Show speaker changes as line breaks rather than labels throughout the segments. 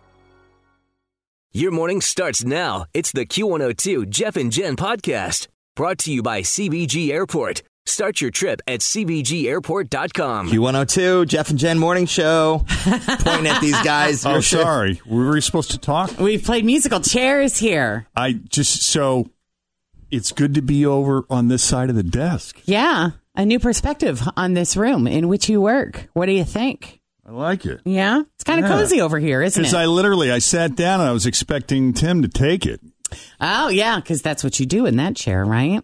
Your morning starts now. It's the Q102 Jeff and Jen podcast brought to you by CBG Airport. Start your trip at CBGAirport.com.
Q102, Jeff and Jen morning show. Pointing at these guys.
Oh, sorry. Were we supposed to talk?
We've played musical chairs here.
I just so it's good to be over on this side of the desk.
Yeah. A new perspective on this room in which you work. What do you think?
I like it.
Yeah. It's kind of
Yeah.
cozy over here, isn't
Because
it?
I literally I sat down and I was expecting Tim to take it.
oh, yeah. Because that's what you do in that chair, right?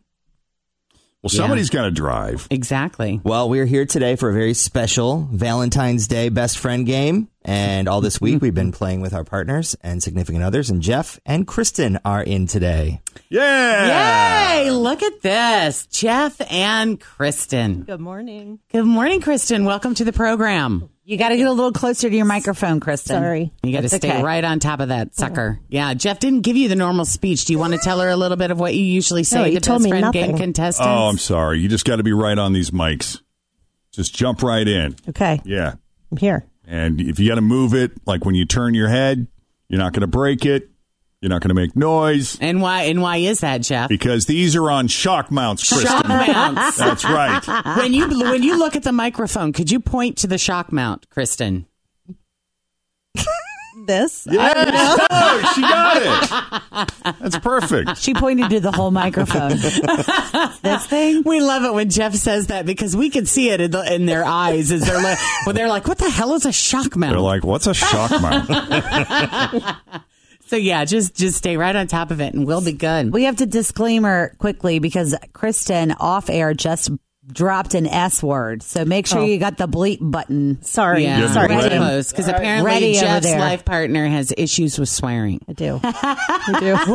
Well,
Yeah.
somebody's got to drive.
Exactly.
Well, we're here today for a very special Valentine's Day best friend game. And all this week, we've been playing with our partners and significant others. And Jeff and Kristen are in today.
Yeah.
Yay. Look at this. Jeff and Kristen.
Good morning.
Good morning, Kristen. Welcome to the program.
You got to get a little closer to your microphone, Kristen.
Sorry.
You got to
That's
stay
okay.
right on top of that sucker. Yeah. Jeff didn't give you the normal speech. Do you want to tell her a little bit of what you usually say
No,
to
you
best
told me
friend game
nothing.
contestants?
Oh, I'm sorry. You just got to be right on these mics. Just jump right in.
Okay,
Yeah.
I'm here.
And if you got to move it, like when you turn your head, you're not going to break it. You're not going to make noise
and why? And why is that, Jeff?
because these are on shock mounts, Kristen.
Shock mounts.
That's right.
when you when you look at the microphone, could you point to the shock mount, Kristen?
This.
Yes. Oh, she got it. That's perfect.
She pointed to the whole microphone. this thing.
We love it when Jeff says that because we can see it in, the, in their eyes as they're like, well, they're like, what the hell is a shock mount?
They're like, what's a shock mount?
so yeah, just just stay right on top of it, and we'll be good.
We have to disclaimer quickly because Kristen off air just dropped an S word. So make sure you got the bleep button.
Oh. Sorry.
yeah,
Good
Sorry,
morning.
Tim.
because apparently
Ready over
Jeff's
there.
life partner has issues with swearing.
I do. I do.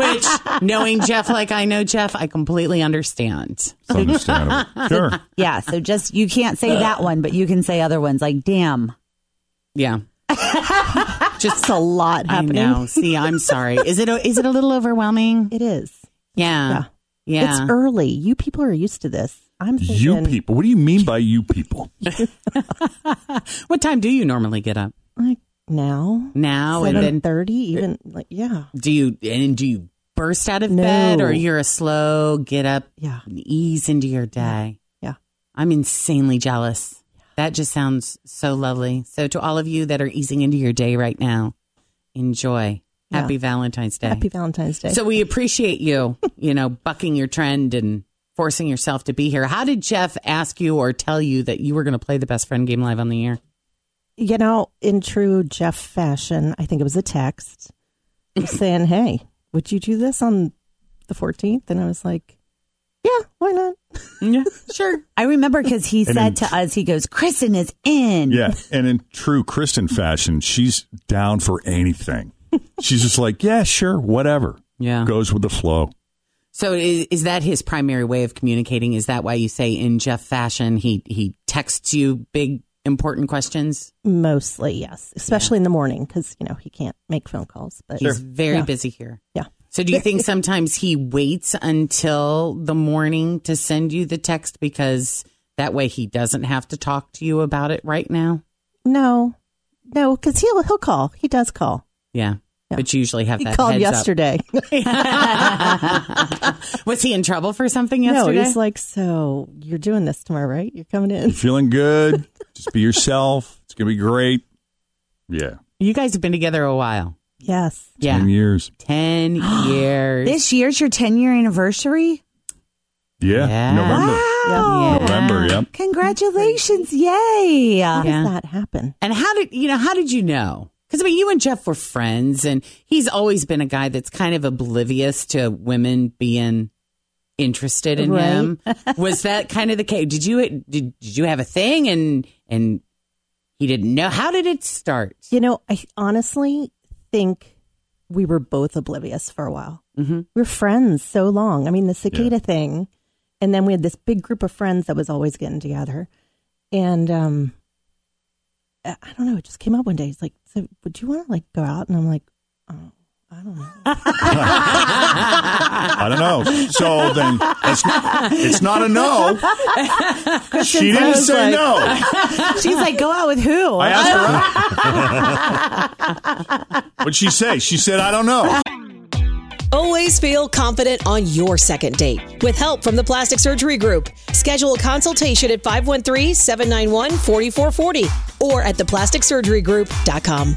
Which, knowing Jeff like I know Jeff, I completely understand.
It's understandable. Sure.
Yeah. So just you can't say that one, but you can say other ones like damn.
Yeah,
Just a lot happening.
I know. See, I'm sorry. Is it a, is it a little overwhelming?
It is.
Yeah. Yeah.
It's early. You people are used to this. I'm thinking,
You people. What do you mean by you people?
What time do you normally get up?
Like now,
Now Oh, and
seven
then
thirty. Even like yeah,
do you and do you burst out of
No.
bed or you're a slow get up
Yeah.
and ease into your day?
yeah.
I'm insanely jealous. That just sounds so lovely. So to all of you that are easing into your day right now, enjoy. Happy Valentine's Day.
Happy Valentine's Day.
So we appreciate you, you know, bucking your trend and forcing yourself to be here. How did Jeff ask you or tell you that you were going to play the best friend game live on the air?
you know, in true Jeff fashion, I think it was a text saying, "Hey, would you do this on the 14th? And I was like, "Yeah, why not?"
Yeah, sure.
I remember because he
And
said
then-
to us, he goes, Kristen is in.
Yeah. And in true Kristen fashion, she's down for anything. She's just like, yeah, sure, whatever.
Yeah.
Goes with the flow.
So is, is that his primary way of communicating? Is that why you say in Jeff fashion he he texts you big important questions?
Mostly, yes, especially in the morning because you know he can't make phone calls. But
He's very
Yeah.
busy here.
Yeah.
So do you think sometimes he waits until the morning to send you the text because that way he doesn't have to talk to you about it right now?
No, no, because he'll he'll call. He does call.
Yeah.
Yeah.
But you usually have
He
that
called
heads up.
yesterday.
Was he in trouble for something
no,
yesterday?
he's like, so you're doing this tomorrow, right? You're coming in.
You feeling good? just be yourself. It's going to be great. Yeah.
you guys have been together a while.
Yes.
Yeah.
10 years.
10 years.
This year's your 10 year anniversary?
Yeah.
Yeah.
November.
Wow.
November, yep.
Congratulations. Yay.
How
Yeah.
does that happen?
And how did you know? How did you know? Because I mean, you and Jeff were friends, and he's always been a guy that's kind of oblivious to women being interested in
Right.
him. Was that kind of the case? Did you did, did you have a thing and and he didn't know? How did it start?
You know, I honestly think we were both oblivious for a while. Mm-hmm. We were friends so long. I mean, the cicada thing, and then we had this big group of friends that was always getting together, and um, I I don't know. It just came up one day. He's like, "So, would you want to like go out?" And I'm like, "Oh, I don't know."
I don't know. So then it's not, it's not a no. she didn't
was
say
like-
no.
She's like, go out with who?
I asked her. What'd she say? She said, I don't know.
Always feel confident on your second date with help from the Plastic Surgery Group. Schedule a consultation at 513 791 4440 or at theplasticsurgerygroup.com.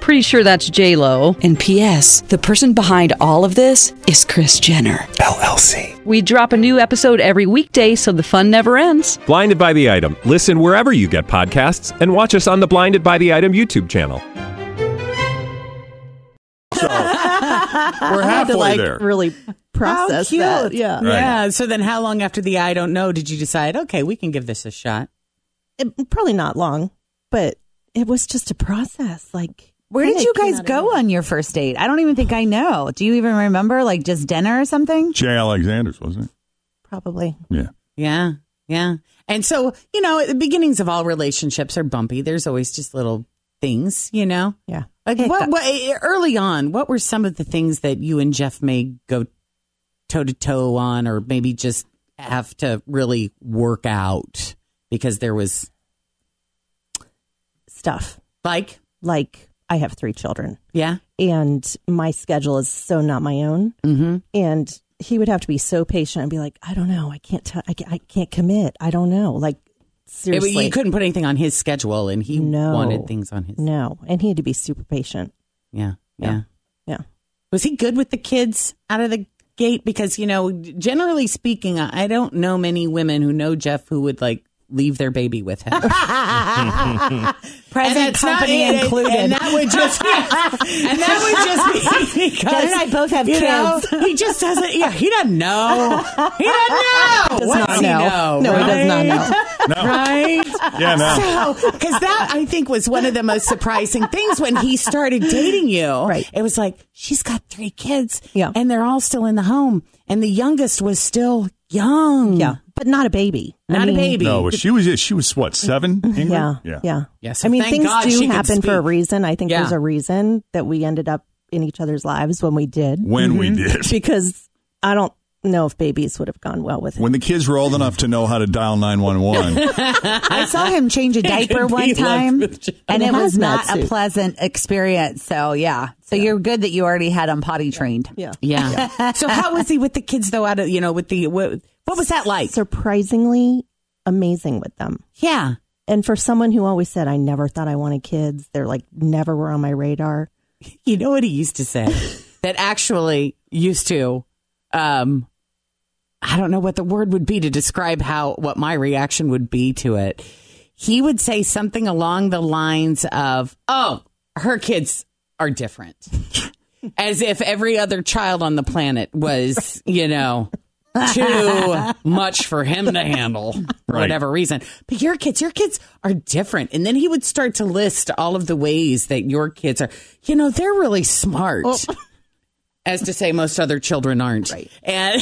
Pretty sure that's J Lo.
And P.S. The person behind all of this is Chris Jenner.
LLC.
We drop a new episode every weekday, so the fun never ends.
Blinded by the item. Listen wherever you get podcasts, and watch us on the Blinded by the Item YouTube channel.
So we're
I had to
halfway
like
there.
really process
cute.
that. Yeah.
Right.
Yeah. So then, how long after the I don't know did you decide? Okay, we can give this a shot.
It- probably not long, but it was just a process. Like,
Where
kinda
did you
came
guys
out of
go
nowhere.
on your first date? I don't even think I know. Do you even remember? Like just dinner or something?
Jay Alexander's, wasn't it?
Probably.
Yeah.
Yeah. Yeah. And so, you know, the beginnings of all relationships are bumpy. There's always just little things, you know?
Yeah.
Like
Hiccups.
what, what early on, what were some of the things that you and Jeff may go toe to toe on or maybe just have to really work out because there was
Stuff.
like
Like, I have three children.
yeah.
and my schedule is so not my own. Mm-hmm. And he would have to be so patient and be like, I don't know, I can't, t- I, ca- I can't commit, I don't know. Like
It-
seriously,
you couldn't put anything on his schedule and he
No.
wanted things on his
No, and he had to be super patient.
Yeah.
Yeah.
Yeah.
Yeah,
Was he good with the kids out of the gate? Because, you know, generally speaking, I I don't know many women who know Jeff who would like leave their baby with him.
Present
that's not
company
it. And-
included.
And that would just be, and that would just be because
Jen and I both have
you know,
kids.
he just doesn't. Yeah, he doesn't know. He doesn't know.
does
What
not
does
know.
He know
No, he does not
right?
No.
Right.
Yeah, no.
So, because that I think was one of the most surprising things when he started dating you.
Right.
It was like she's got three kids,
Yeah.
and they're all still in the home, and the youngest was still young.
yeah, but not a baby. I
Not a
mean,
baby.
No, she was, she was what, seven? Ingrid?
Yeah,
Yeah.
yeah,
Yeah, so
I mean,
thank
things
God she
do
could
happen for a
speak.
reason. I think
Yeah.
there's a reason that we ended up in each other's lives when we did,
When we
Mm-hmm.
did.
because I don't know if babies would have gone well with him.
When the kids were old enough to know how to dial 911.
I saw him change a diaper
be
one
left
time,
with Jen.
and it
In a
was
hazmat
not a
suit.
pleasant experience. So yeah, so you're good that you already had him potty trained.
yeah.
Yeah. so how was he with the kids though? Out of you know, with the what, what was that like?
surprisingly amazing with them.
yeah.
And for someone who always said, I never thought I wanted kids, they're like, never were on my radar.
You know what he used to say? that actually used to um I don't know what the word would be to describe how what my reaction would be to it. He would say something along the lines of, "Oh, her kids are different." As if every other child on the planet was, you know, too much for him to handle for
Right.
whatever reason. But your kids, your kids are different. And then he would start to list all of the ways that your kids are, you know, they're really smart. As to say, most other children aren't. Right. And,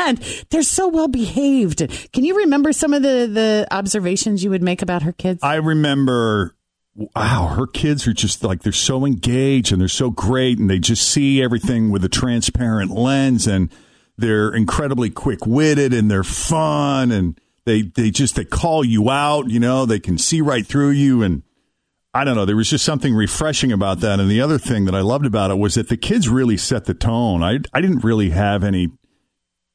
and they're so well behaved. Can you remember some of the, the observations you would make about her kids?
I remember, wow, her kids are just like, they're so engaged and they're so great and they just see everything with a transparent lens and they're incredibly quick witted and they're fun and They they just they call you out, you know, they can see right through you and I don't know, there was just something refreshing about that. And the other thing that I loved about it was that the kids really set the tone. I I didn't really have any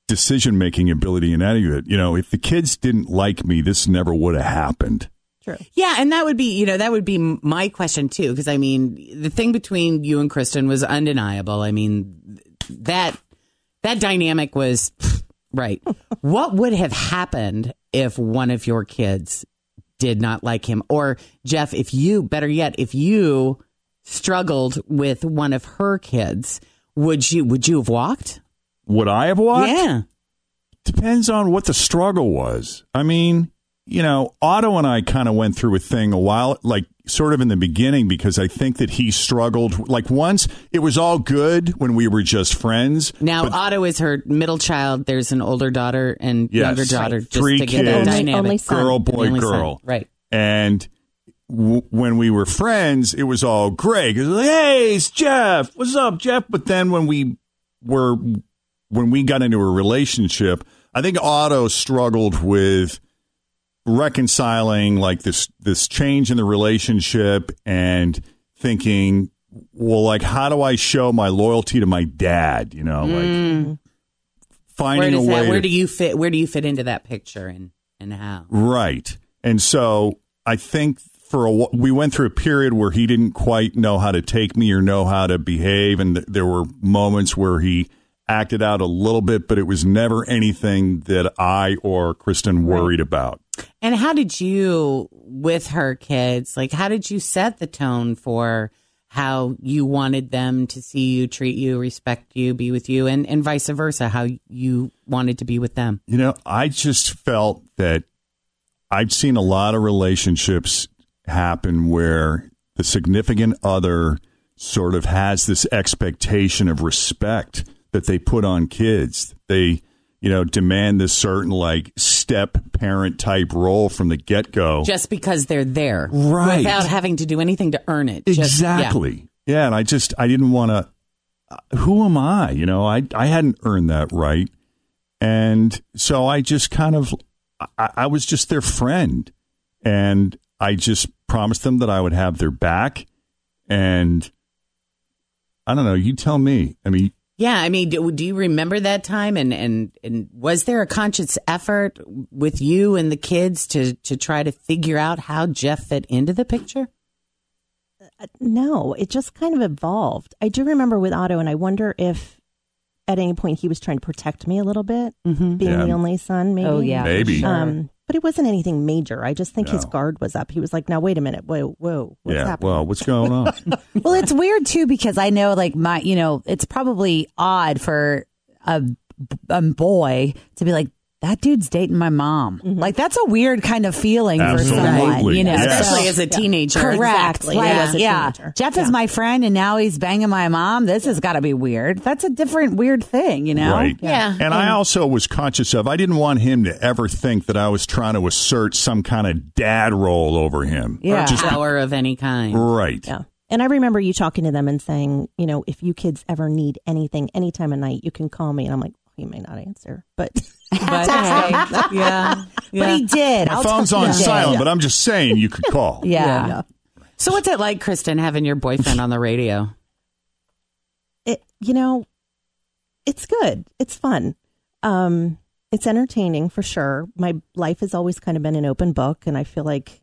decision making ability in any of it. You know, if the kids didn't like me, this never would have happened.
True. Yeah, and that would be, you know, that would be m- my question too, because I mean, the thing between you and Kristen was undeniable. I mean, th- that that dynamic was right. what would have happened if one of your kids did not like him, or Jeff, if you, better yet, if you struggled with one of her kids, would you would you have walked?
Would I have walked?
Yeah.
Depends on what the struggle was. I mean, you know, Otto and I kind of went through a thing a while, like sort of in the beginning, because I think that he struggled. Like once it was all good when we were just friends.
Now Otto is her middle child. There's an older daughter and
Yes.
younger daughter. Just
Three
to get
kids,
that dynamic.
girl, boy,
Only son.
girl.
Right.
And w- when we were friends, it was all great. It was like, hey, it's Jeff. What's up, Jeff? But then when we were, when we got into a relationship, I think Otto struggled with reconciling like this this change in the relationship and thinking well like how do i show my loyalty to my dad you know like
Where
finding
does
a way
that,
to-
Mm-hmm. where do you fit where do you fit into that picture and and how?
Right. And so I think for a wh- we went through a period where he didn't quite know how to take me or know how to behave and th- there were moments where he acted out a little bit but it was never anything that I or Kristen worried about.
And how did you with her kids? Like how did you set the tone for how you wanted them to see you, treat you, respect you, be with you and and vice versa how you wanted to be with them?
You know, I just felt that I've seen a lot of relationships happen where the significant other sort of has this expectation of respect that they put on kids. They, you know, demand this certain like step parent type role from the get go.
Just because they're there.
Right.
Without having to do anything to earn it. Just- yeah.
Exactly. yeah. and I just I didn't want to. Who am I? You know, I I hadn't earned that right, and so I just kind of I, I was just their friend, and I just promised them that I would have their back, and I don't know. You tell me. I mean,
Yeah, I mean, do, do you remember that time? And, and and was there a conscious effort with you and the kids to to try to figure out how Jeff fit into the picture?
No, it just kind of evolved. I do remember with Otto, and I wonder if at any point he was trying to protect me a little bit,
Mm-hmm.
being
Yeah.
the only son, maybe.
Oh, yeah, for Maybe. sure.
Um, but it wasn't anything major. I just think his
No.
guard was up. He was like, now, wait a minute. Whoa, whoa. What's
yeah.
happening?
Well, what's going on?
well, it's weird too because I know, like my, you know, it's probably odd for a, a boy to be like that dude's dating my mom. Like that's a weird kind of feeling for someone,
Absolutely.
you know,
Yes. Especially
So-
as
a teenager.
Correct.
Exactly.
Like,
Yeah, as a
yeah.
teenager.
Jeff is my friend, and now he's banging my mom. This has got to be weird. That's a different weird thing, you know.
Right. Yeah. And I also was conscious of I didn't want him to ever think that I was trying to assert some kind of dad role over him.
Yeah.
Just be-
Power of any kind.
right.
Yeah. And I remember you talking to them and saying, you know, if you kids ever need anything, any time of night, you can call me. And I'm like, he may not answer, but
But, hey, yeah. But he did.
My
I'll
phone's
tell you
on
he did.
silent, but I'm just saying you could call.
Yeah.
So what's it like, Kristen, having your boyfriend on the radio?
it, you know, it's good. It's fun. Um, it's entertaining for sure. My life has always kind of been an open book, and I feel like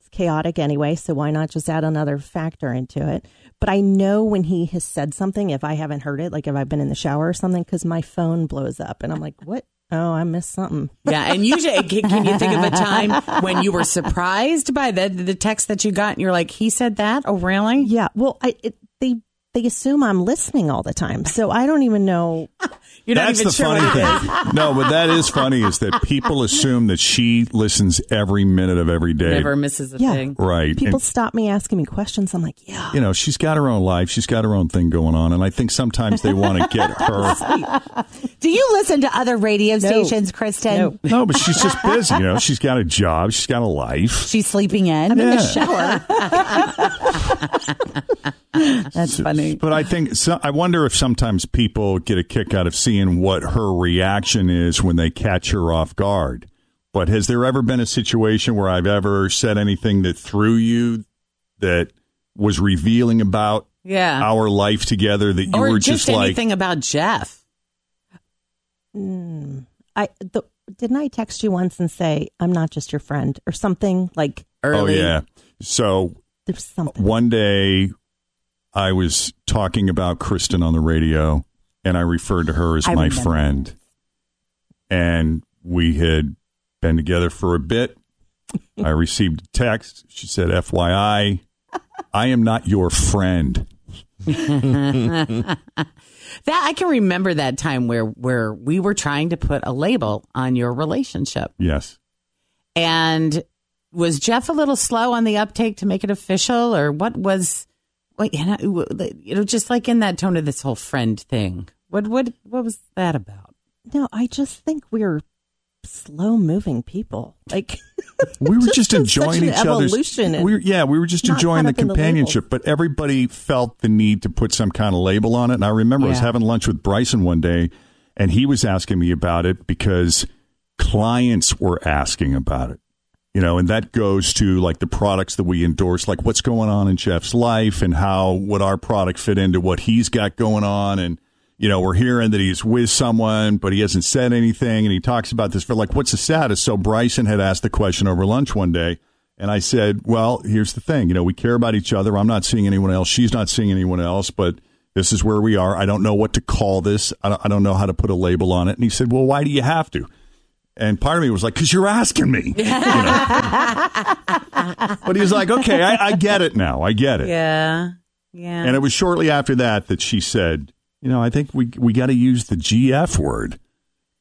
it's chaotic anyway. So why not just add another factor into it? But I know when he has said something, if I haven't heard it, like if I've been in the shower or something, because my phone blows up, and I'm like, what? Oh, I missed something.
Yeah, and usually, can, can you think of a time when you were surprised by the the text that you got, and you're like, "He said that? Oh, really?"
Yeah. Well, I it, they they assume I'm listening all the time, so I don't even know.
You're not
That's
even
the
sure
funny
what it is.
thing. No, but that is funny is that people assume that she listens every minute of every day.
Never misses a
Yeah.
thing.
Right.
People
And,
stop me asking me questions. I'm like, yeah.
you know, she's got her own life. She's got her own thing going on. And I think sometimes they want to get her.
Do you listen to other radio stations, Kristen?
No.
No, but she's just busy. You know, she's got a job. She's got a life.
She's sleeping in.
in the Yeah.
shower. That's funny.
But I think so, I wonder if sometimes people get a kick out of seeing what her reaction is when they catch her off guard. But has there ever been a situation where I've ever said anything that threw you that was revealing about
Yeah.
our life together that you
Uh, or
were
just,
just, like,
anything about Jeff.
Mm, I the, didn't I text you once and say I'm not just your friend or something like
oh,
Early.
yeah. So
there's something.
one day I was talking about Kristen on the radio and I referred to her as
I
my
remember.
friend. And we had been together for a bit. I received a text. She said, FYI, I am not your friend.
That I can remember that time where where we were trying to put a label on your relationship.
Yes.
And was Jeff a little slow on the uptake to make it official or what was what you know, you know just like in that tone of this whole friend thing. What what what was that about?
No, I just think we're slow moving people. Like
We were just
Such an
enjoying each other's
evolution and
we were- yeah, we were just
not
enjoying
caught
the
up in the
companionship, but everybody felt the need to put some kind of label on it. And I remember I was
Yeah.
having lunch with Bryson one day, and he was asking me about it because clients were asking about it. You know, and that goes to like the products that we endorse, like what's going on in Jeff's life and how would our product fit into what he's got going on. And, you know, we're hearing that he's with someone, but he hasn't said anything. And he talks about this for like, what's the status? So Bryson had asked the question over lunch one day. And I said, well, here's the thing. You know, we care about each other. I'm not seeing anyone else. She's not seeing anyone else, but this is where we are. I don't know what to call this. I don't, I don't know how to put a label on it. And he said, well, why do you have to? And part of me was like, because you're asking me. you know? but he was like, okay, I, I get it now. I get it.
Yeah. Yeah.
And it was shortly after that that she said, you know, I think we we got to use the GF word.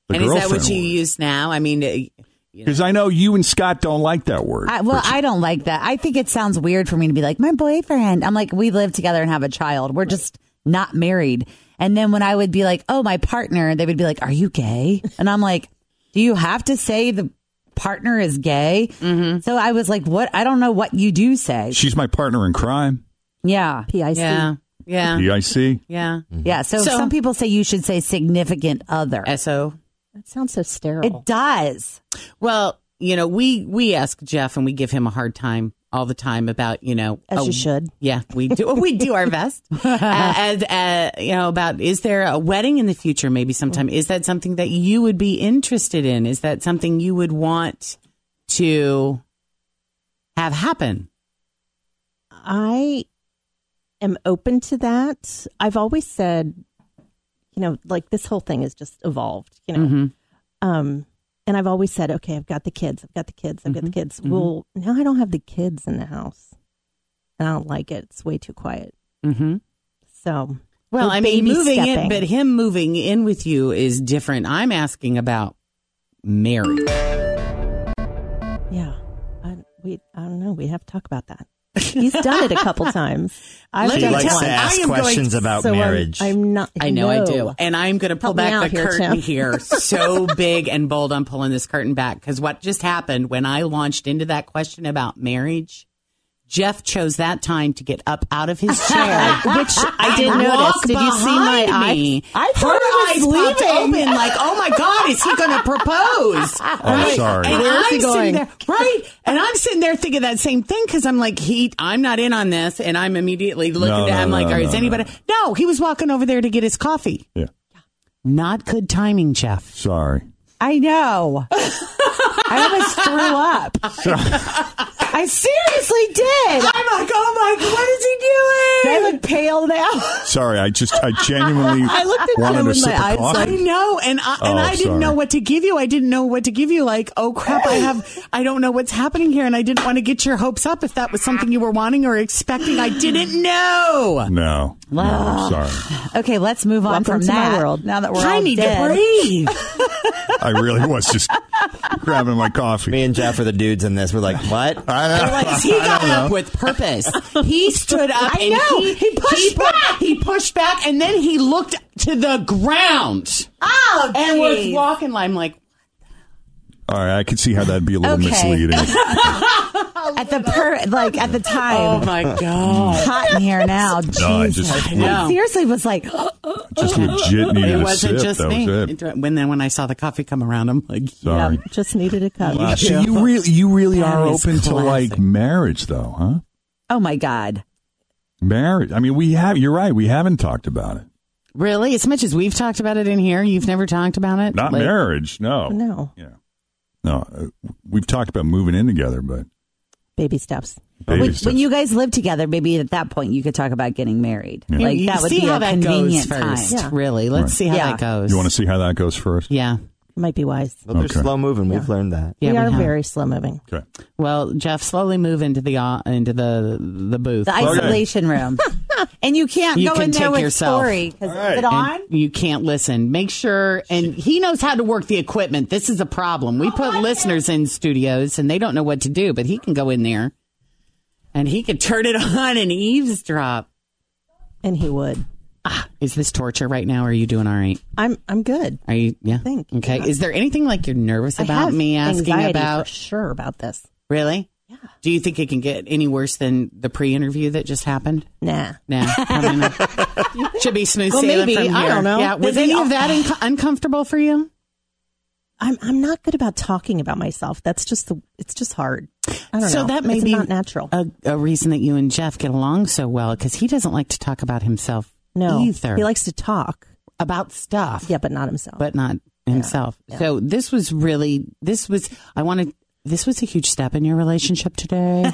The
and is that what you
girlfriend
use now? I mean, uh, it- you know.
Because I know you and Scott don't like that word.
I, well,
But
I don't like that. I think it sounds weird for me to be like, my boyfriend. I'm like, we live together and have a child. We're just not married. And then when I would be like, oh, my partner, they would be like, are you gay? And I'm like, do you have to say the partner is gay? Mm-hmm. So I was like, what? I don't know what you do say.
she's my partner in crime.
Yeah.
PIC.
yeah. Yeah.
EIC.
Yeah.
Yeah. So,
So-
some people say you should say significant other.
So
That sounds so sterile.
It does.
Well, you know, we we ask Jeff and we give him a hard time all the time about you know
As
Oh.
you
a-
should.
Yeah, we do. we do our best. uh, as uh, you know, about is there a wedding in the future? Maybe sometime. Is that something that you would be interested in? Is that something you would want to have happen?
I am open to that. I've always said, you know, like this whole thing has just evolved, you know.
Mm-hmm.
Um, and I've always said, okay, I've got the kids, I've got the kids, I've
Mm-hmm.
got the kids. Well, now I don't have the kids in the house, and I don't like it. It's way too quiet.
Mm-hmm.
So,
Well,
we're
I mean,
baby
moving in,
stepping.
but him moving in with you is different. I'm asking about marriage.
yeah, I, we, I don't know. We have to talk about that. He's done it a couple times. I've
Let
done
He
me
likes
it
tell
once.
to
you, I
ask
am going-
questions about
So I'm-
marriage.
I'm, not.
I know I
no.
do. And I'm going to pull
Help me out
back the
here,
curtain
Tim.
here so big and bold. I'm pulling this curtain back because what just happened when I launched into that question about marriage, Jeff chose that time to get up out of his chair.
Which I did
and
notice.
walk
Did you see my
behind
eye?
me.
I thought
Her
I was
eyes popped
leaving.
open like, oh my God, is he going to propose?
Oh, sorry.
And
Where is
I'm
he
sitting
going?
there, right. And I'm sitting there thinking that same thing because I'm like, he, I'm not in on this. And I'm immediately looking
No,
at
no,
him like,
no,
or is
no,
anybody? No. he was walking over there to get his coffee.
Yeah.
Not good timing, Jeff.
Sorry.
I know. I almost threw up. I seriously did.
I'm like, oh my, what is he
I look pale now.
Sorry. I just, I genuinely
I looked at
wanted
him
a
with
sip
my
of
eyes
coffee.
like-
I know, and I, and
Oh,
I didn't
sorry.
know what to give you. I didn't know what to give you. Like, oh crap, I have, I don't know what's happening here, and I didn't want to get your hopes up if that was something you were wanting or expecting. I didn't know.
no. No, I'm sorry.
Okay, let's move on
Welcome
from
to my
that.
world.
Now that we're
I
all
need
dead.
to breathe.
I really was just grabbing my
Me
coffee.
and Jeff are the dudes in this. We're like, what?
I don't know.
Because he got up with purpose. He stood up
I
and
know.
he,
He pushed
pu- He pushed back and then he looked to the ground
Oh,
and Ah, was
jeez.
walking. I'm like,
All right, I can see how that'd be a little
Okay.
misleading.
at the per like at the time.
Oh my god.
Hot in here now.
No, I just-
Jesus.
I know.
seriously was like,
Just legit needed
It
a
wasn't
sip.
just
that
me.
was it.
It- When then when I saw the coffee come around, I'm like,
Sorry.
Just needed a cup.
Wow, So you really, you really
That
are
is
open to like
classic.
marriage, though, huh?
oh my god.
Marriage. I mean, we have. You're right. We haven't talked about it.
really? As much as we've talked about it in here, you've never talked about it.
Not
Like,
marriage. No.
No,
Yeah. No. uh, We've talked about moving in together, but
baby steps.
baby
when,
steps.
when you guys live together, maybe at that point you could talk about getting married.
Yeah.
Like
you
that would
see
be
how
a
that
convenient
goes
time.
first.
Yeah.
Really, let's
Right.
see how
Yeah.
that goes.
you want to see how that goes first?
Yeah.
Might be wise.
Well, they're
Okay.
slow moving. We've
Yeah.
learned that.
Yeah,
we
we
are
have.
very slow moving.
Okay.
Well, Jeff, slowly move into the uh, into the the booth.
The isolation room. and you can't
You
go
can
in there
take
with
yourself.
Corey because
All right.
is it on?
And you can't listen. Make sure, and he knows how to work the equipment. This is a problem.
Oh,
We put listeners in studios and they don't know what to do, but he can go in there and he could turn it on and eavesdrop.
And he would.
Is this torture right now? Or are you doing all right?
I'm I'm good.
Are you? Yeah.
think,
Okay.
yeah.
Is there anything like you're nervous
I
about
have
me asking
anxiety
about?
for sure about this.
Really? Yeah. Do you think it can get any worse than the pre-interview that just happened?
Nah.
No, probably not. should be smooth
Well,
sailing
maybe.
from
I
here.
don't know.
Yeah, was
Does
any
it-
of that inco- uncomfortable for you?
I'm I'm not good about talking about myself. That's just the it's just hard. I don't
so
know.
that may
it's
be
not natural.
A, a reason that you and Jeff get along so well because he doesn't like to talk about himself
no.
either.
He likes to talk.
about stuff,
Yeah, but not himself.
but not himself. So this was really this was I wanted this was a huge step in your relationship today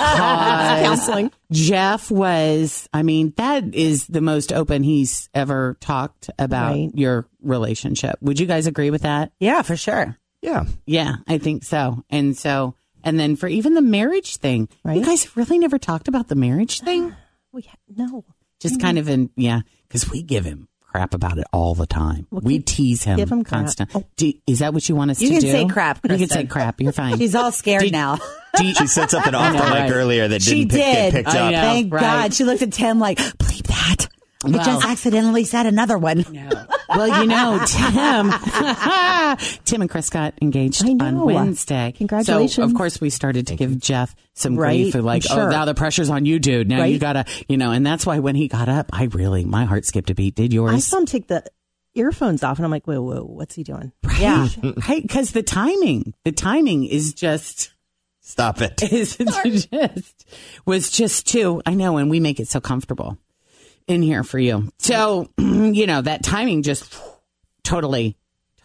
because
counseling.
Jeff was I mean that is the most open he's ever talked about
Right.
your relationship. Would you guys agree with that?
Yeah, for sure.
Yeah.
Yeah, I think so. And so, and then for even the marriage thing, you
Right.
guys have really never talked about the marriage thing.
We ha- no.
Just
Mm-hmm.
kind of in, yeah, because we give him crap about it all the time.
Well,
we
give-
tease him,
give him crap. Oh.
constant. Do, is that what you want us
You
to
can
do?
say crap,
You can say
Kristen.
crap. You're fine.
She's all scared
Did-
now.
Do you-
She said something off the
I know,
mic
right.
earlier that didn't
she
pick, get
did.
picked
I uh,
up.
know.
Thank
right.
God. She looked at Tim like, bleep that. I
Wow.
just accidentally said another one.
well, you know, Tim, Tim and Chris got engaged
I know.
on Wednesday. So
Congratulations.
of course we started to give Jeff some
Right,
grief, of like,
I'm sure.
oh, now the pressure's on you, dude. Now you
Right.
gotta, you know, and that's why when he got up, I really, my heart skipped a beat. Did
I
yours?
saw him take the earphones off and I'm like, whoa, whoa, what's he doing?
yeah, right. Because the timing, the timing is just,
Stop it.
is just, was just too. I know, and we make it so comfortable in here for you. So you know that timing just totally,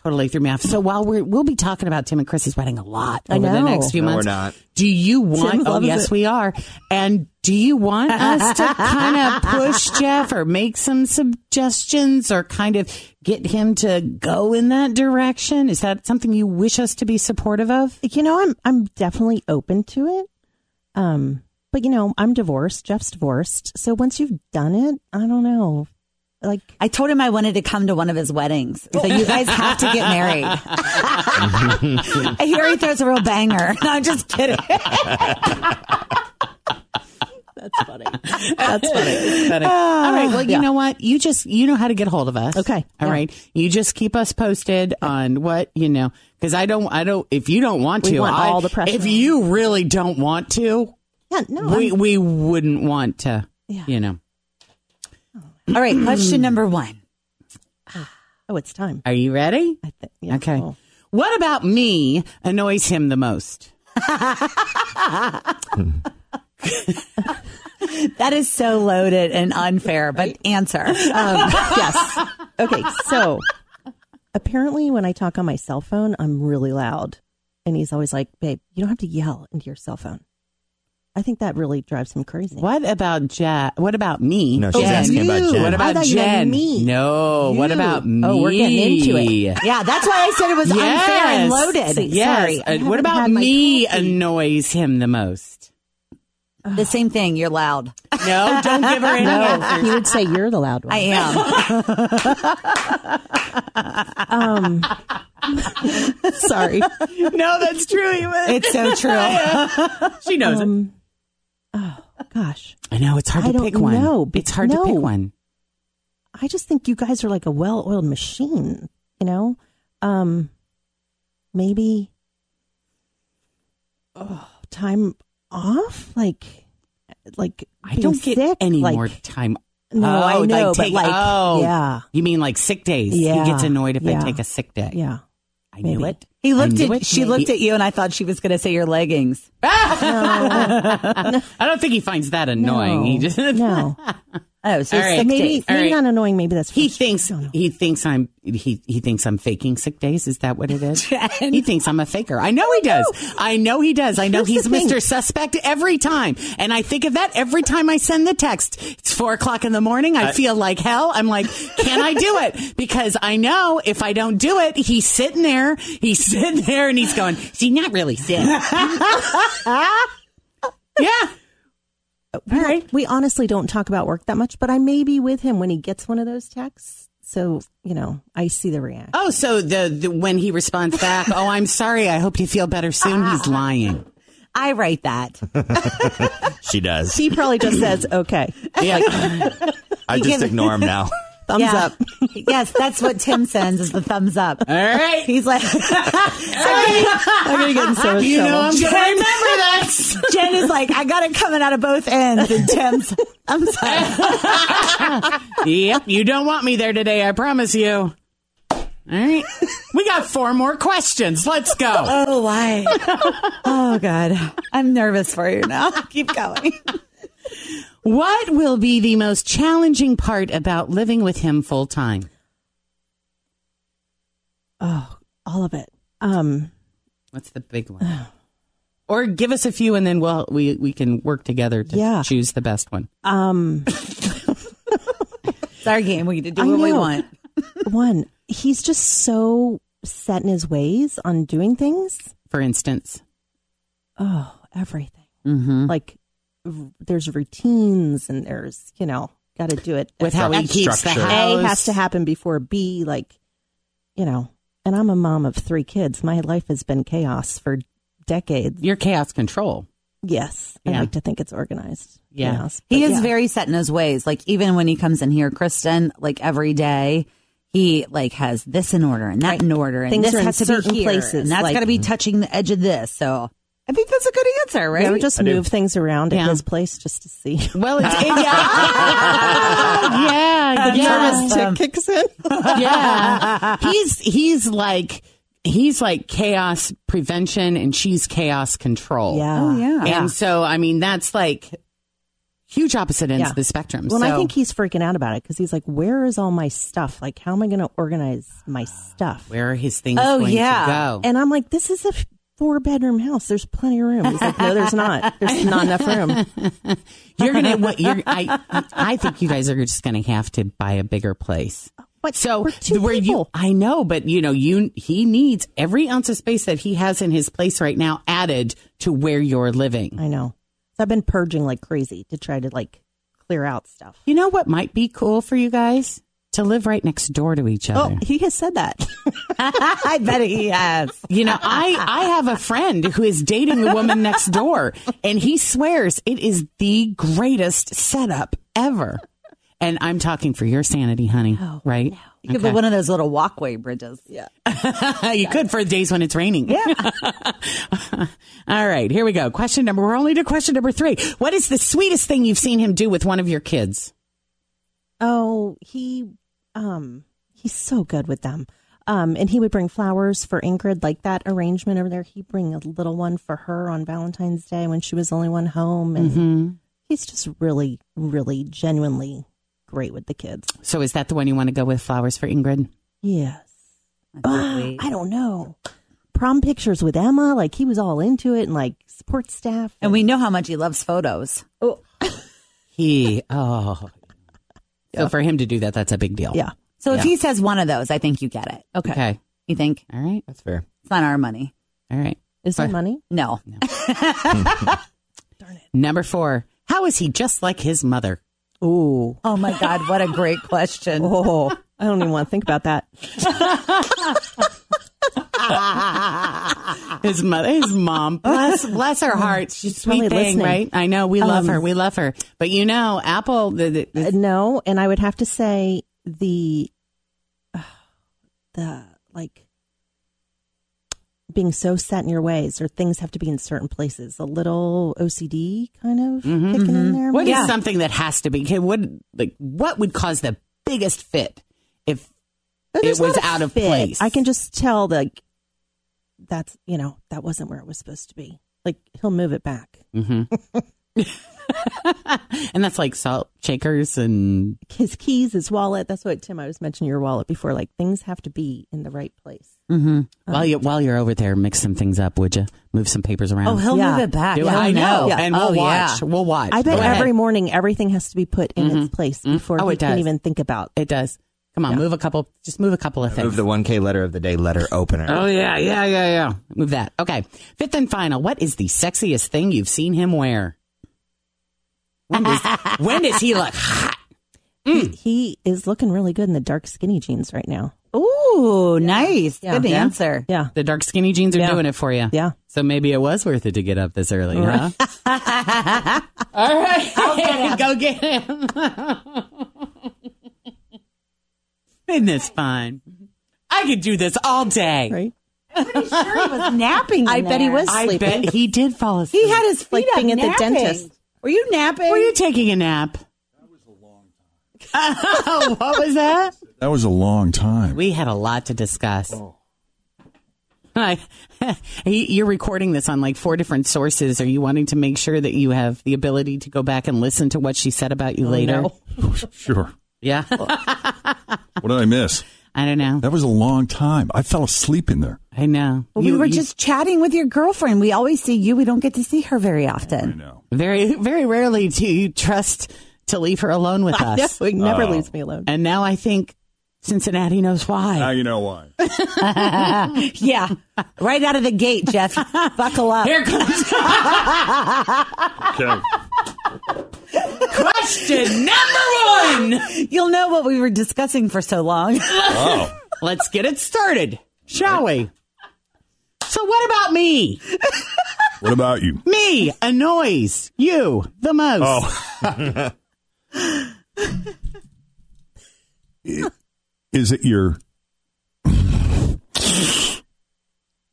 totally threw me off. So while we're we'll be talking about Tim and Chris's wedding a lot
I
over the
know.
next few
No, we're
months.
not.
Do you want?
Tim
oh
loves
yes,
it.
we are. And do you want us to kind of push Jeff or make some suggestions or kind of get him to go in that direction? Is that something you wish us to be supportive of?
You know, I'm I'm definitely open to it. Um, but you know, I'm divorced. Jeff's divorced. So once you've done it, I don't know. Like
I told him I wanted to come to one of his weddings. So you guys have to get married. I hear he throws a real banger. No, I'm just kidding.
that's funny. that's funny.
All right. Well, you know what? You just you know how to get hold of us.
Ah, Okay,
All
yeah.
right. You just keep us posted on what you know because I don't. I don't. If you don't want
We
to,
want
I-
all the pressure.
If you really don't want to,
Yeah, no.
we
I'm-
we wouldn't want to.
Yeah.
You know.
All right, question number one.
oh, it's time.
Are you ready?
I think. yeah.
Okay.
Oh.
What about me annoys him the most?
That is so loaded and unfair, but answer.
Um, yes. Okay. So apparently, when I talk on my cell phone, I'm really loud, and he's always like, "Babe, you don't have to yell into your cell phone." I think that really drives him crazy.
What about Jen? What about me?
No, she's
Jen.
asking about Jen.
What
I
about
thought you meant
Jen?
me.
No. What
You.
about me?
Oh, we're getting into it.
Yeah, that's why I said it was unfair and loaded.
Yes.
Sorry.
Uh,
haven't
what about
had my
me
coffee.
annoys him the most?
The same thing. You're loud.
No, don't give her any
No,
answers.
he would say you're the loud one.
I am.
Um, sorry.
No, that's true. He was-
It's so true.
she knows it.
Um, oh gosh,
I know it's hard
I
to
don't
pick one.
know,
it's hard to
no.
pick one.
I just think you guys are like a well-oiled machine. You know, um, maybe oh, time off, like like
I don't
being
get
sick,
any
like,
more time.
No,
oh,
I know,
like
but
take,
like,
oh,
yeah,
You mean like sick days?
Yeah,
He gets annoyed if
yeah.
I take a sick day.
yeah.
I knew
maybe.
it.
He
I
looked
knew
at
it,
she
maybe.
looked at you, and I thought she was going to say your leggings.
I don't think he finds that annoying.
No,
He just
no.
Oh, so
All right.
sick
Maybe
days.
All
maybe
right.
not annoying. Maybe that's
He
frustr-
thinks
I don't know.
he thinks I'm he he thinks I'm faking sick days. Is that what it is? He thinks I'm a faker. I know he does. I know he does. I know he's
Here's the thing.
Mr. Suspect every time, and I think of that every time I send the text. It's four o'clock in the morning. I, feel like hell. I'm like, can I do it? Because I know if I don't do it, he's sitting there. He's sitting there, and he's going, "Is he not really sick?" yeah.
We, we honestly don't talk about work that much, but I may be with him when he gets one of those texts. So, you know, I see the reaction.
Oh, so the, the when he responds back, "Oh, I'm sorry. I hope you feel better soon." He's lying.
I write that.
She does.
He probably just says, okay,
Yeah.
I just ignore him now.
thumbs
Yeah.
up.
yes, that's what Tim sends is the thumbs up.
All right.
He's like,
I'm going to get in so much
you know
trouble.
I'm gonna remember that.
Jen is like, I got it coming out of both ends, and Tim's, I'm sorry.
yep, you don't want me there today. I promise you. All right, we got four more questions. Let's go.
Oh, why? Oh, God. I'm nervous for you now. Keep going.
What will be the most challenging part about living with him full time?
oh, all of it. Um,
What's the big one? Or give us a few, and then we'll we we can work together to
Yeah.
choose the best one.
um,
It's our game. We get to
I
do what we
know.
want.
one, he's just so set in his ways on doing things.
For instance,
Oh, everything.
mm-hmm.
Like, r- there's routines and there's, you know, got to do it.
with how he keeps the
Structure.
house,
A has to happen before B, like, you know, and I'm a mom of three kids. My life has been chaos for decades.
your chaos control.
Yes. I
Yeah.
like to think it's organized.
Yeah.
Chaos,
He
but
is
yeah.
very set in his ways. Like even when he comes in here, Kristen, like every day, he like has this in order and that in order, and
Things
this
are in
has to
certain
be here,
places,
and that's
like-
got to be touching the edge of this. So I think that's a good answer, right?
Yeah, we just move things around
Yeah.
at his place just to see.
Well, it's, it's yeah, yeah,
nervous tick
kicks in.
oh.
yeah. He's he's like he's like chaos prevention and she's chaos control.
Yeah.
oh yeah,
And so I mean that's like huge opposite ends
Yeah.
of the spectrum.
Well, and
so
I think he's freaking out about it because he's like, "Where is all my stuff? Like, how am I going to organize my stuff?"
where are his things
Oh,
going
yeah.
to go?
And I'm like, "This is a four bedroom house. There's plenty of room." He's like, "No, there's not. There's not enough room."
you're gonna what you're I I think you guys are just gonna have to buy a bigger place.
But
So
we're two
where you
people.
I know, but you know, you he needs every ounce of space that he has in his place right now added to where you're living.
I know. So I've been purging like crazy to try to like clear out stuff.
You know what might be cool for you guys? To live right next door to each other.
Oh, he has said that.
I bet he has.
You know, I, I have a friend who is dating the woman next door, and he swears it is the greatest setup ever. And I'm talking for your sanity, honey, right?
You could put one of those little walkway bridges. Yeah,
you could for days when it's raining. Yeah. All right, here we go. Question number, we're only to question number three. What is the sweetest thing you've seen him do with one of your kids?
Oh, he um he's so good with them. Um and he would bring flowers for Ingrid like that arrangement over there. He'd bring a little one for her on Valentine's Day when she was the only one home and he's just really really genuinely great with the kids.
So is that the one you want to go with flowers for Ingrid?
Yes. Ah, I don't know. Prom pictures with Emma, like he was all into it and like support staff.
and we know how much he loves photos.
He, oh. So for him to do that, that's a big deal.
yeah.
So if he says one of those, I think you get it. Okay,
Okay.
you think
All right.
That's fair.
it's not our money?
All right.
Is there money?
No,
Number four. How is he just like his mother?
Ooh.
Oh my God, what a great question.
Oh, I don't even want to think about that.
His mother, his mom. Bless, bless her heart. She's a
probably
sweet thing,
listening.
right? I know we love
Um,
her. We love her. But you know, Apple. The, the,
Uh, no, and I would have to say the uh, the like being so set in your ways or things have to be in certain places. A little OCD kind of kicking in there.
Mm-hmm. What is
maybe?
something that has to be? okay, What like what would cause the biggest fit if
No,
it
there's
was
not a
out of
fit.
place?
I can just tell like that's you know that wasn't where it was supposed to be. Like he'll move it back.
Mm. and that's like salt shakers and
His keys, his wallet. That's what Tim. I was mentioning your wallet before. Like things have to be in the right place. Uh-huh.
while you while you're over there, mix some things up, would you? Move some papers around.
Oh, he'll
Yeah.
move it back.
Do it.
He'll
I know,
Yeah.
and we'll
Oh, yeah.
watch. We'll watch.
I bet
Go ahead.
every morning everything has to be put in its place before
Oh,
he
it
can
does.
even think about.
it does. Come on, move a couple. Just move a couple of things.
Move the 1K letter of the day letter opener.
Oh yeah, yeah, yeah, yeah. Move that. Okay. Fifth and final. What is the sexiest thing you've seen him wear? When does, when does he look hot? Mm.
He is looking really good in the dark skinny jeans right now.
Ooh, nice.
Yeah.
Good
Yeah.
answer.
Yeah,
The dark skinny jeans are
Yeah.
doing it for you.
Yeah.
So maybe it was worth it to get up this early, huh? All right. Go get him. Isn't this fun? I could do this all day.
right.
He was napping.
I bet he was
I
sleeping.
bet he did fall asleep.
He had his feet
Like
up
being at the
napping.
dentist.
Were you napping?
Were you taking a nap? That was a long time. what was that?
That was a long time.
We had a lot to discuss. I- he- you're recording this on like four different sources. Are you wanting to make sure that you have the ability to go back and listen to what she said about you later?
Sure.
Yeah.
What did I miss?
I don't know.
That was a long time. I fell asleep in there.
I know.
Well,
You-
we were
you-
just chatting with your girlfriend. We always see you. We don't get to see her very
I
often.
know.
very, very rarely do you trust to leave her alone with
I
us.
know, he never
Oh.
leaves me alone.
And now I think Cincinnati knows
Now
why.
you know why.
Yeah. right out of the gate, Jeff. Buckle up.
Here comes
Okay.
question number one.
You'll know what we were discussing for so long.
Wow.
Let's get it started, shall we? So, what about me?
What about you?
Me annoys you the most.
Oh. Is it your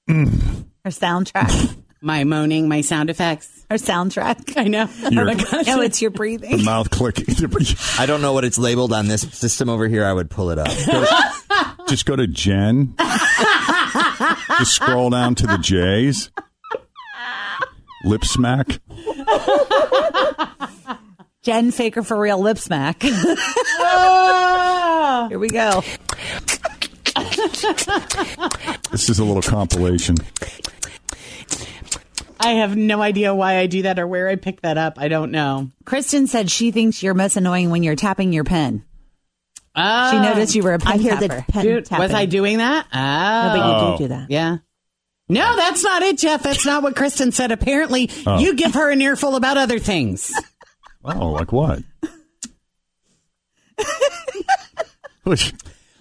Her soundtrack.
My moaning, my sound effects.
Her soundtrack. Oh
I know.
Your-
No, it's your breathing.
the mouth clicking?
I don't know what it's labeled on this system over here. I would pull it up.
Just go to Jen. Just scroll down to the J's. Lip smack.
Jen Faker for real lip smack. Here we go.
This is a little compilation.
I have no idea why I do that or where I picked that up. I don't know.
Kristen said she thinks you're most annoying when you're tapping your pen.
Oh,
She noticed you were a pen
I hear the
tapper.
pen
Dude,
tapping.
was I doing that?
No,
Oh,
but you
Oh.
do do that.
yeah. No, that's not it, Jeff. That's not what Kristen said. Apparently, you give her an earful about other things.
Oh, like what? Which-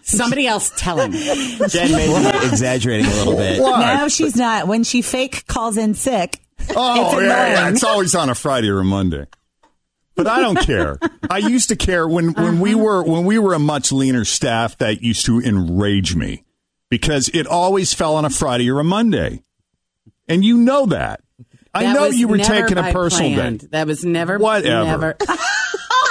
Somebody else tell him.
Jen may be exaggerating a little bit.
No, she's not. When she fake calls in sick,
Oh, yeah,
It's
yeah.
annoying.
It's always on a Friday or a Monday. But I don't care. I used to care when, when we
Uh-huh.
were when we were a much leaner staff that used to enrage me because it always fell on a Friday or a Monday. And you know that. I
That
know
was
you were
never
taking a
by
personal
planned.
day.
That was never
Whatever.
Never.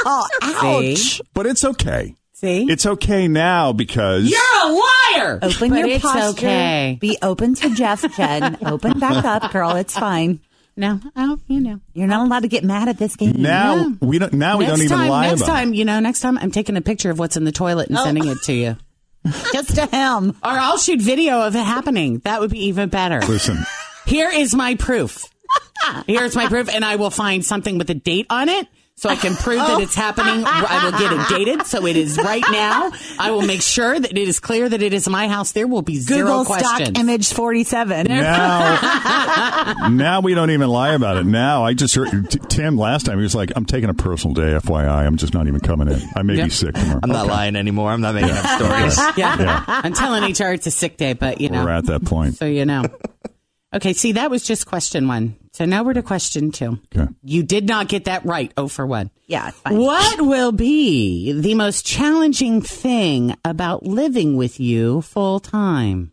Oh, ouch.
See?
But it's okay.
See?
It's okay now because
You're a liar.
Open
But
your
it's
posture.
okay.
Be open to Jeff, Jen. open back up, girl. It's fine.
No, oh, you know.
You're not allowed to get mad at this game.
now we don't now we
next
don't even
time,
lie
next
about it.
time, you know, next time I'm taking a picture of what's in the toilet and sending it to you.
Just to him.
Or I'll shoot video of it happening. That would be even better.
Listen,
Here is my proof. Here's my proof, and I will find something with a date on it. So I can prove that it's happening. I will get it dated, so it is right now. I will make sure that it is clear that it is my house. There will be zero
Google
questions.
stock image 47.
now, now we don't even lie about it. Now I just heard T- Tim last time. He was like, "I'm taking a personal day, FYI. I'm just not even coming in. I may be sick tomorrow."
I'm not lying anymore. I'm not making up stories.
yeah.
Yeah,
I'm telling HR it's a sick day, but you know,
we're at that point.
so you know. Okay, see, that was just question one. So now we're to question two.
Okay.
You did not get that right. Oh, for one.
Yeah, it's fine.
What will be the most challenging thing about living with you full time?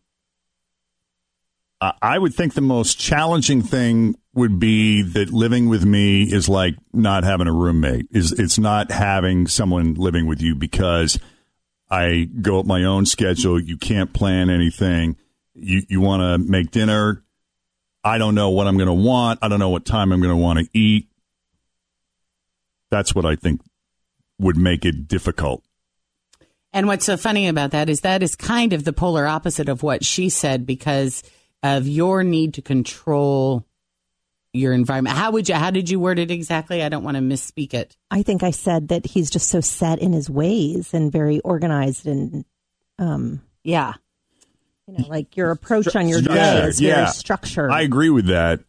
I Uh, I would think the most challenging thing would be that living with me is like not having a roommate. Is it's not having someone living with you because I go up my own schedule. You can't plan anything. You you want to make dinner. I don't know what I'm going to want. I don't know what time I'm going to want to eat. That's what I think would make it difficult.
And what's so funny about that is that is kind of the polar opposite of what she said because of your need to control your environment. How would you? How did you word it exactly? I don't want to misspeak it.
I think I said that he's just so set in his ways and very organized and, um,
Yeah.
you know, like your approach on your day
Structured,
is very
yeah.
structured.
I agree with that.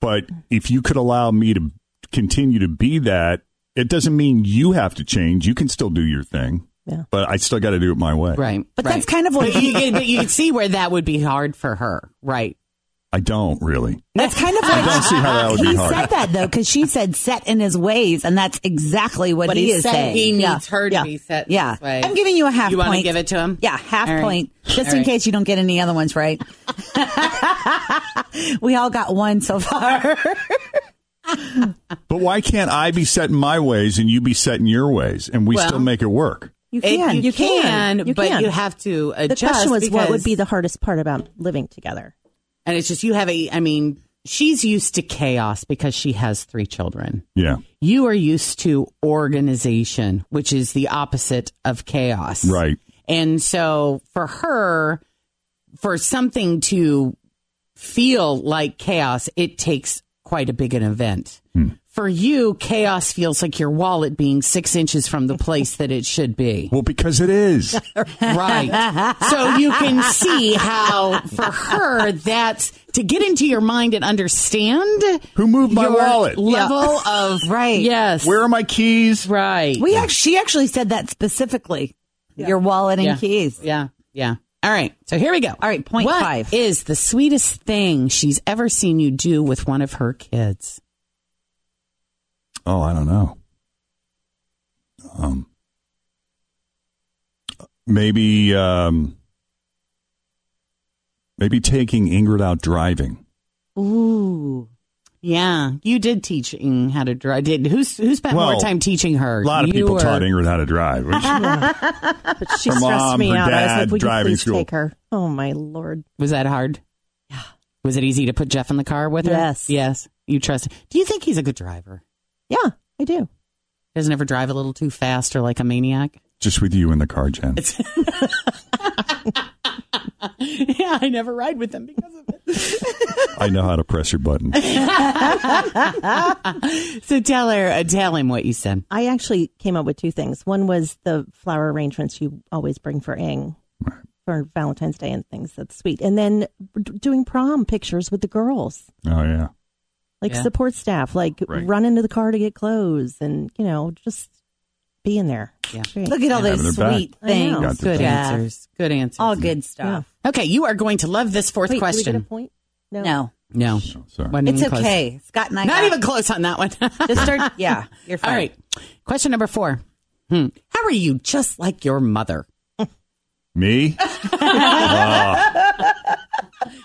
But if you could allow me to continue to be that, it doesn't mean you have to change. You can still do your thing.
Yeah.
But I still got to do it my way.
Right.
But that's kind of what
But you, can- but you can see where that would be hard for her. Right.
I don't really.
That's kind of what
I don't see how that would be
he
hard.
said that though, because she said set in his ways, and that's exactly what
But
he
he
is
said
saying.
he
Yeah.
needs her to
Yeah.
be set in
Yeah,
his ways.
I'm giving you a half.
You wanna
point.
give it to him?
Yeah, half
All right.
point, just
All
in
right.
case you don't get any other ones right. we all got one so far.
But why can't I be set in my ways and you be set in your ways and we
Well-
still make it work?
you
It-
can,
you can,
you
but
can.
you have to
The
adjust.
question was, what would
because-
be the hardest part about living together?
And it's just you have a. I mean, she's used to chaos because she has three children.
Yeah.
You are used to organization, which is the opposite of chaos.
Right.
And so for her, for something to feel like chaos, it takes quite a big an event.
Hmm.
For you, chaos feels like your wallet being six inches from the place that it should be.
Well, because it is.
Right. so you can see how, for her, that's to get into your mind and understand
Who moved my
your
wallet?
level of
Right.
Yes.
Where are my keys?
right.
We actually, she actually said that specifically. Your wallet and
Yeah.
keys.
Yeah, yeah. All right, so here we go. All
right, point
What
five.
is the sweetest thing she's ever seen you do with one of her kids?
Oh, I don't know. Um, maybe, um, maybe taking Ingrid out driving.
Ooh, yeah, you did teaching how to drive. Did who? Who spent
Well,
more time teaching her?
A lot of
You
people
or-
taught Ingrid how to drive. which-
But she
Her
stressed
mom,
me
her
out. I was
dad,
like, would you
driving
please
school.
take her? Oh my lord!
Was that hard? Was it easy to put Jeff in the car with her?
Yes.
yes. You trust? Do you think he's a good driver?
Yeah, I do.
Doesn't ever drive a little too fast or like a maniac?
just with you in the car, Jen.
yeah, I never ride with him because of it.
I know how to press your Oh, button.
So tell her, uh, tell him what you said.
I actually came up with two things. One was the flower arrangements you always bring for Ing for Valentine's Day and things. That's sweet. And then d- doing prom pictures with the girls,
Oh yeah.
like
Yeah.
support staff, like
Right.
run into the car to get clothes, and you know, just being there.
Yeah.
Great.
Look at all
Having
those
her back.
sweet
I know.
things.
Got the
Good
Jeff.
answers. Good answers.
All good stuff.
Okay, you are going to love this fourth
Wait, did we
question.
get a point? No.
No,
no,
Oh, Sorry.
Wasn't
it's
even close.
okay. Scott and I.
Not
got-
even close on that one.
Just start. Yeah, you're fine.
All right. Question number four. Hmm. How are you just like your mother?
Me? Ah,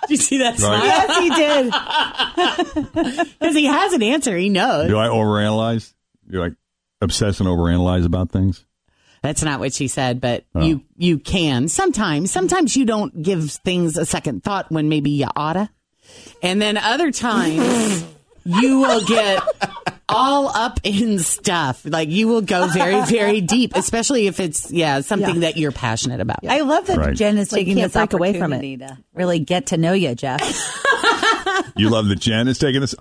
Did you see that
Do I-
smile?
Yes, he did.
Because he has an answer. He knows.
Do I overanalyze? Do I obsess and overanalyze about things?
That's not what she said, but you you can sometimes. Sometimes you don't give things a second thought when maybe you oughta, and then other times you will get all up in stuff. Like you will go very very deep, especially if it's yeah something that you're passionate about.
I love that
Right.
Jen is
Like,
taking
can't
this
break away
opportunity
from it.
to really get to know you, Jeff.
You love that Jen is taking this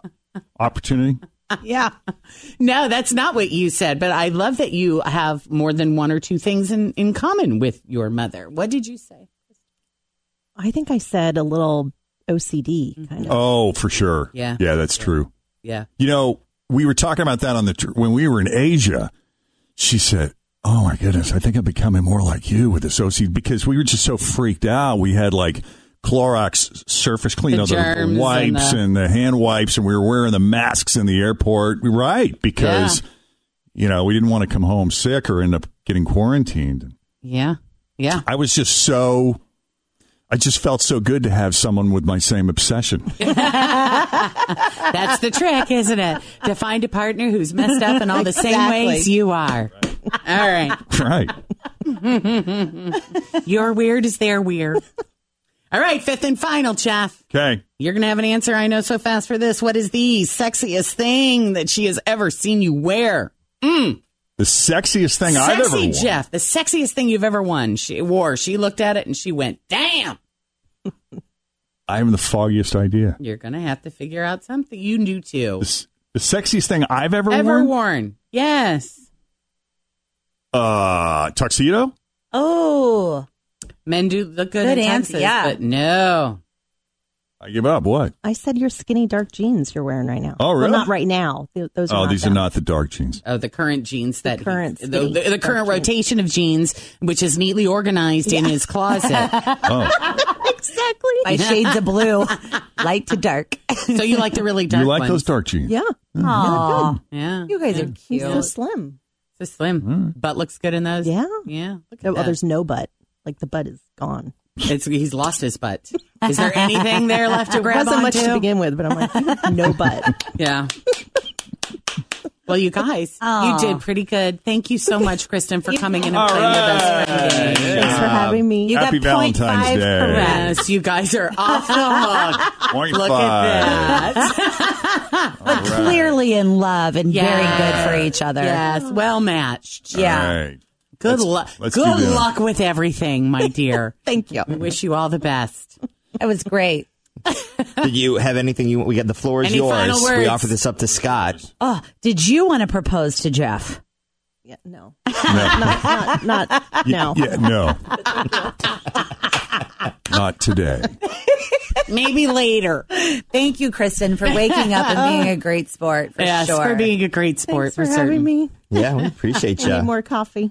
opportunity?
Yeah. No, that's not what you said, but I love that you have more than one or two things in in common with your mother. What did you say?
I think I said a little OCD kind of.
Oh, for sure.
Yeah.
Yeah, that's true.
Yeah.
You know, we were talking about that on the tr- when we were in Asia. She said, "Oh my goodness, I think I'm becoming more like you with this OCD because we were just so freaked out. We had like Clorox surface clean,
The
you know,
germs and
wipes
the-
and the, hand wipes, and we were wearing the masks in the airport, right? Because you know we didn't want to come home sick or end up getting quarantined.
Yeah. Yeah.
I was just so I just felt so good to have someone with my same obsession.
That's the trick, isn't it? To find a partner who's messed up in all the same
Exactly.
ways you are. All right.
right.
Your weird is their weird. All right, fifth and final, Jeff.
Okay.
You're going to have an answer I know so fast for this. What is the sexiest thing that she has ever seen you wear? Mm.
The sexiest thing I've ever
Sexy
worn.
Jeff, the sexiest thing you've ever won. She wore. She looked at it and she went, "Damn."
I have the foggiest idea.
You're going to have to figure out something you do too.
The, s- the sexiest thing I've ever,
Ever
worn?
worn. Yes.
Uh, tuxedo?
Oh,
Men do look good,
Good
in
answer,
tuxes,
yeah.
but no.
I give up. What?
I said your skinny dark jeans you're wearing right now.
Oh,
Well,
really?
not right now. Th- those are
oh,
not
these
them.
are not the dark jeans.
Oh, the current jeans that he-
current
the,
skinny
the, the current
dark
rotation of jeans, which is neatly organized in his closet.
Oh,
Exactly.
by shades of blue, light to dark.
so you like the really dark
you like
ones?
those dark jeans?
Yeah.
Aw.
yeah,
You guys are
yeah.
He's so
Cute.
slim.
so slim.
Mm.
Butt looks good in those.
Yeah.
yeah. Look at
No,
that.
well, there's no butt. Like the butt is gone.
It's, he's lost his butt. Is there anything there left to grab
Wasn't much
onto?
to begin with, but I'm like, you have no butt.
Yeah. Well, you guys,
Aw.
you did pretty good. Thank you so much, Kristen, for coming in and
All
playing
right.
the best friend game.
Thanks for having me.
You
Happy
got point
Valentine's
five
Day.
correct.
Yes, you guys are off the hook.
Point
Look
five.
at that.
Clearly in love and
Yes.
very good for each other.
Yes, well matched.
Yeah.
All right.
Good
Let's-
luck.
let's do
Good
that.
luck with everything, my dear.
Thank you.
we wish you all the best.
It was great.
Did you have anything you want? We got the floor is
Any
yours.
final
We
words?
offer this up to Scott.
Oh, did you want to propose to Jeff?
Yeah, no.
No.
Not, not now.
Yeah, no. Not today.
Maybe later.
Thank you, Kristen, for waking up and being a great sport for
yes,
sure.
for being a great sport
Thanks for,
certain.
having me.
Yeah, we appreciate
I need
you.
more coffee.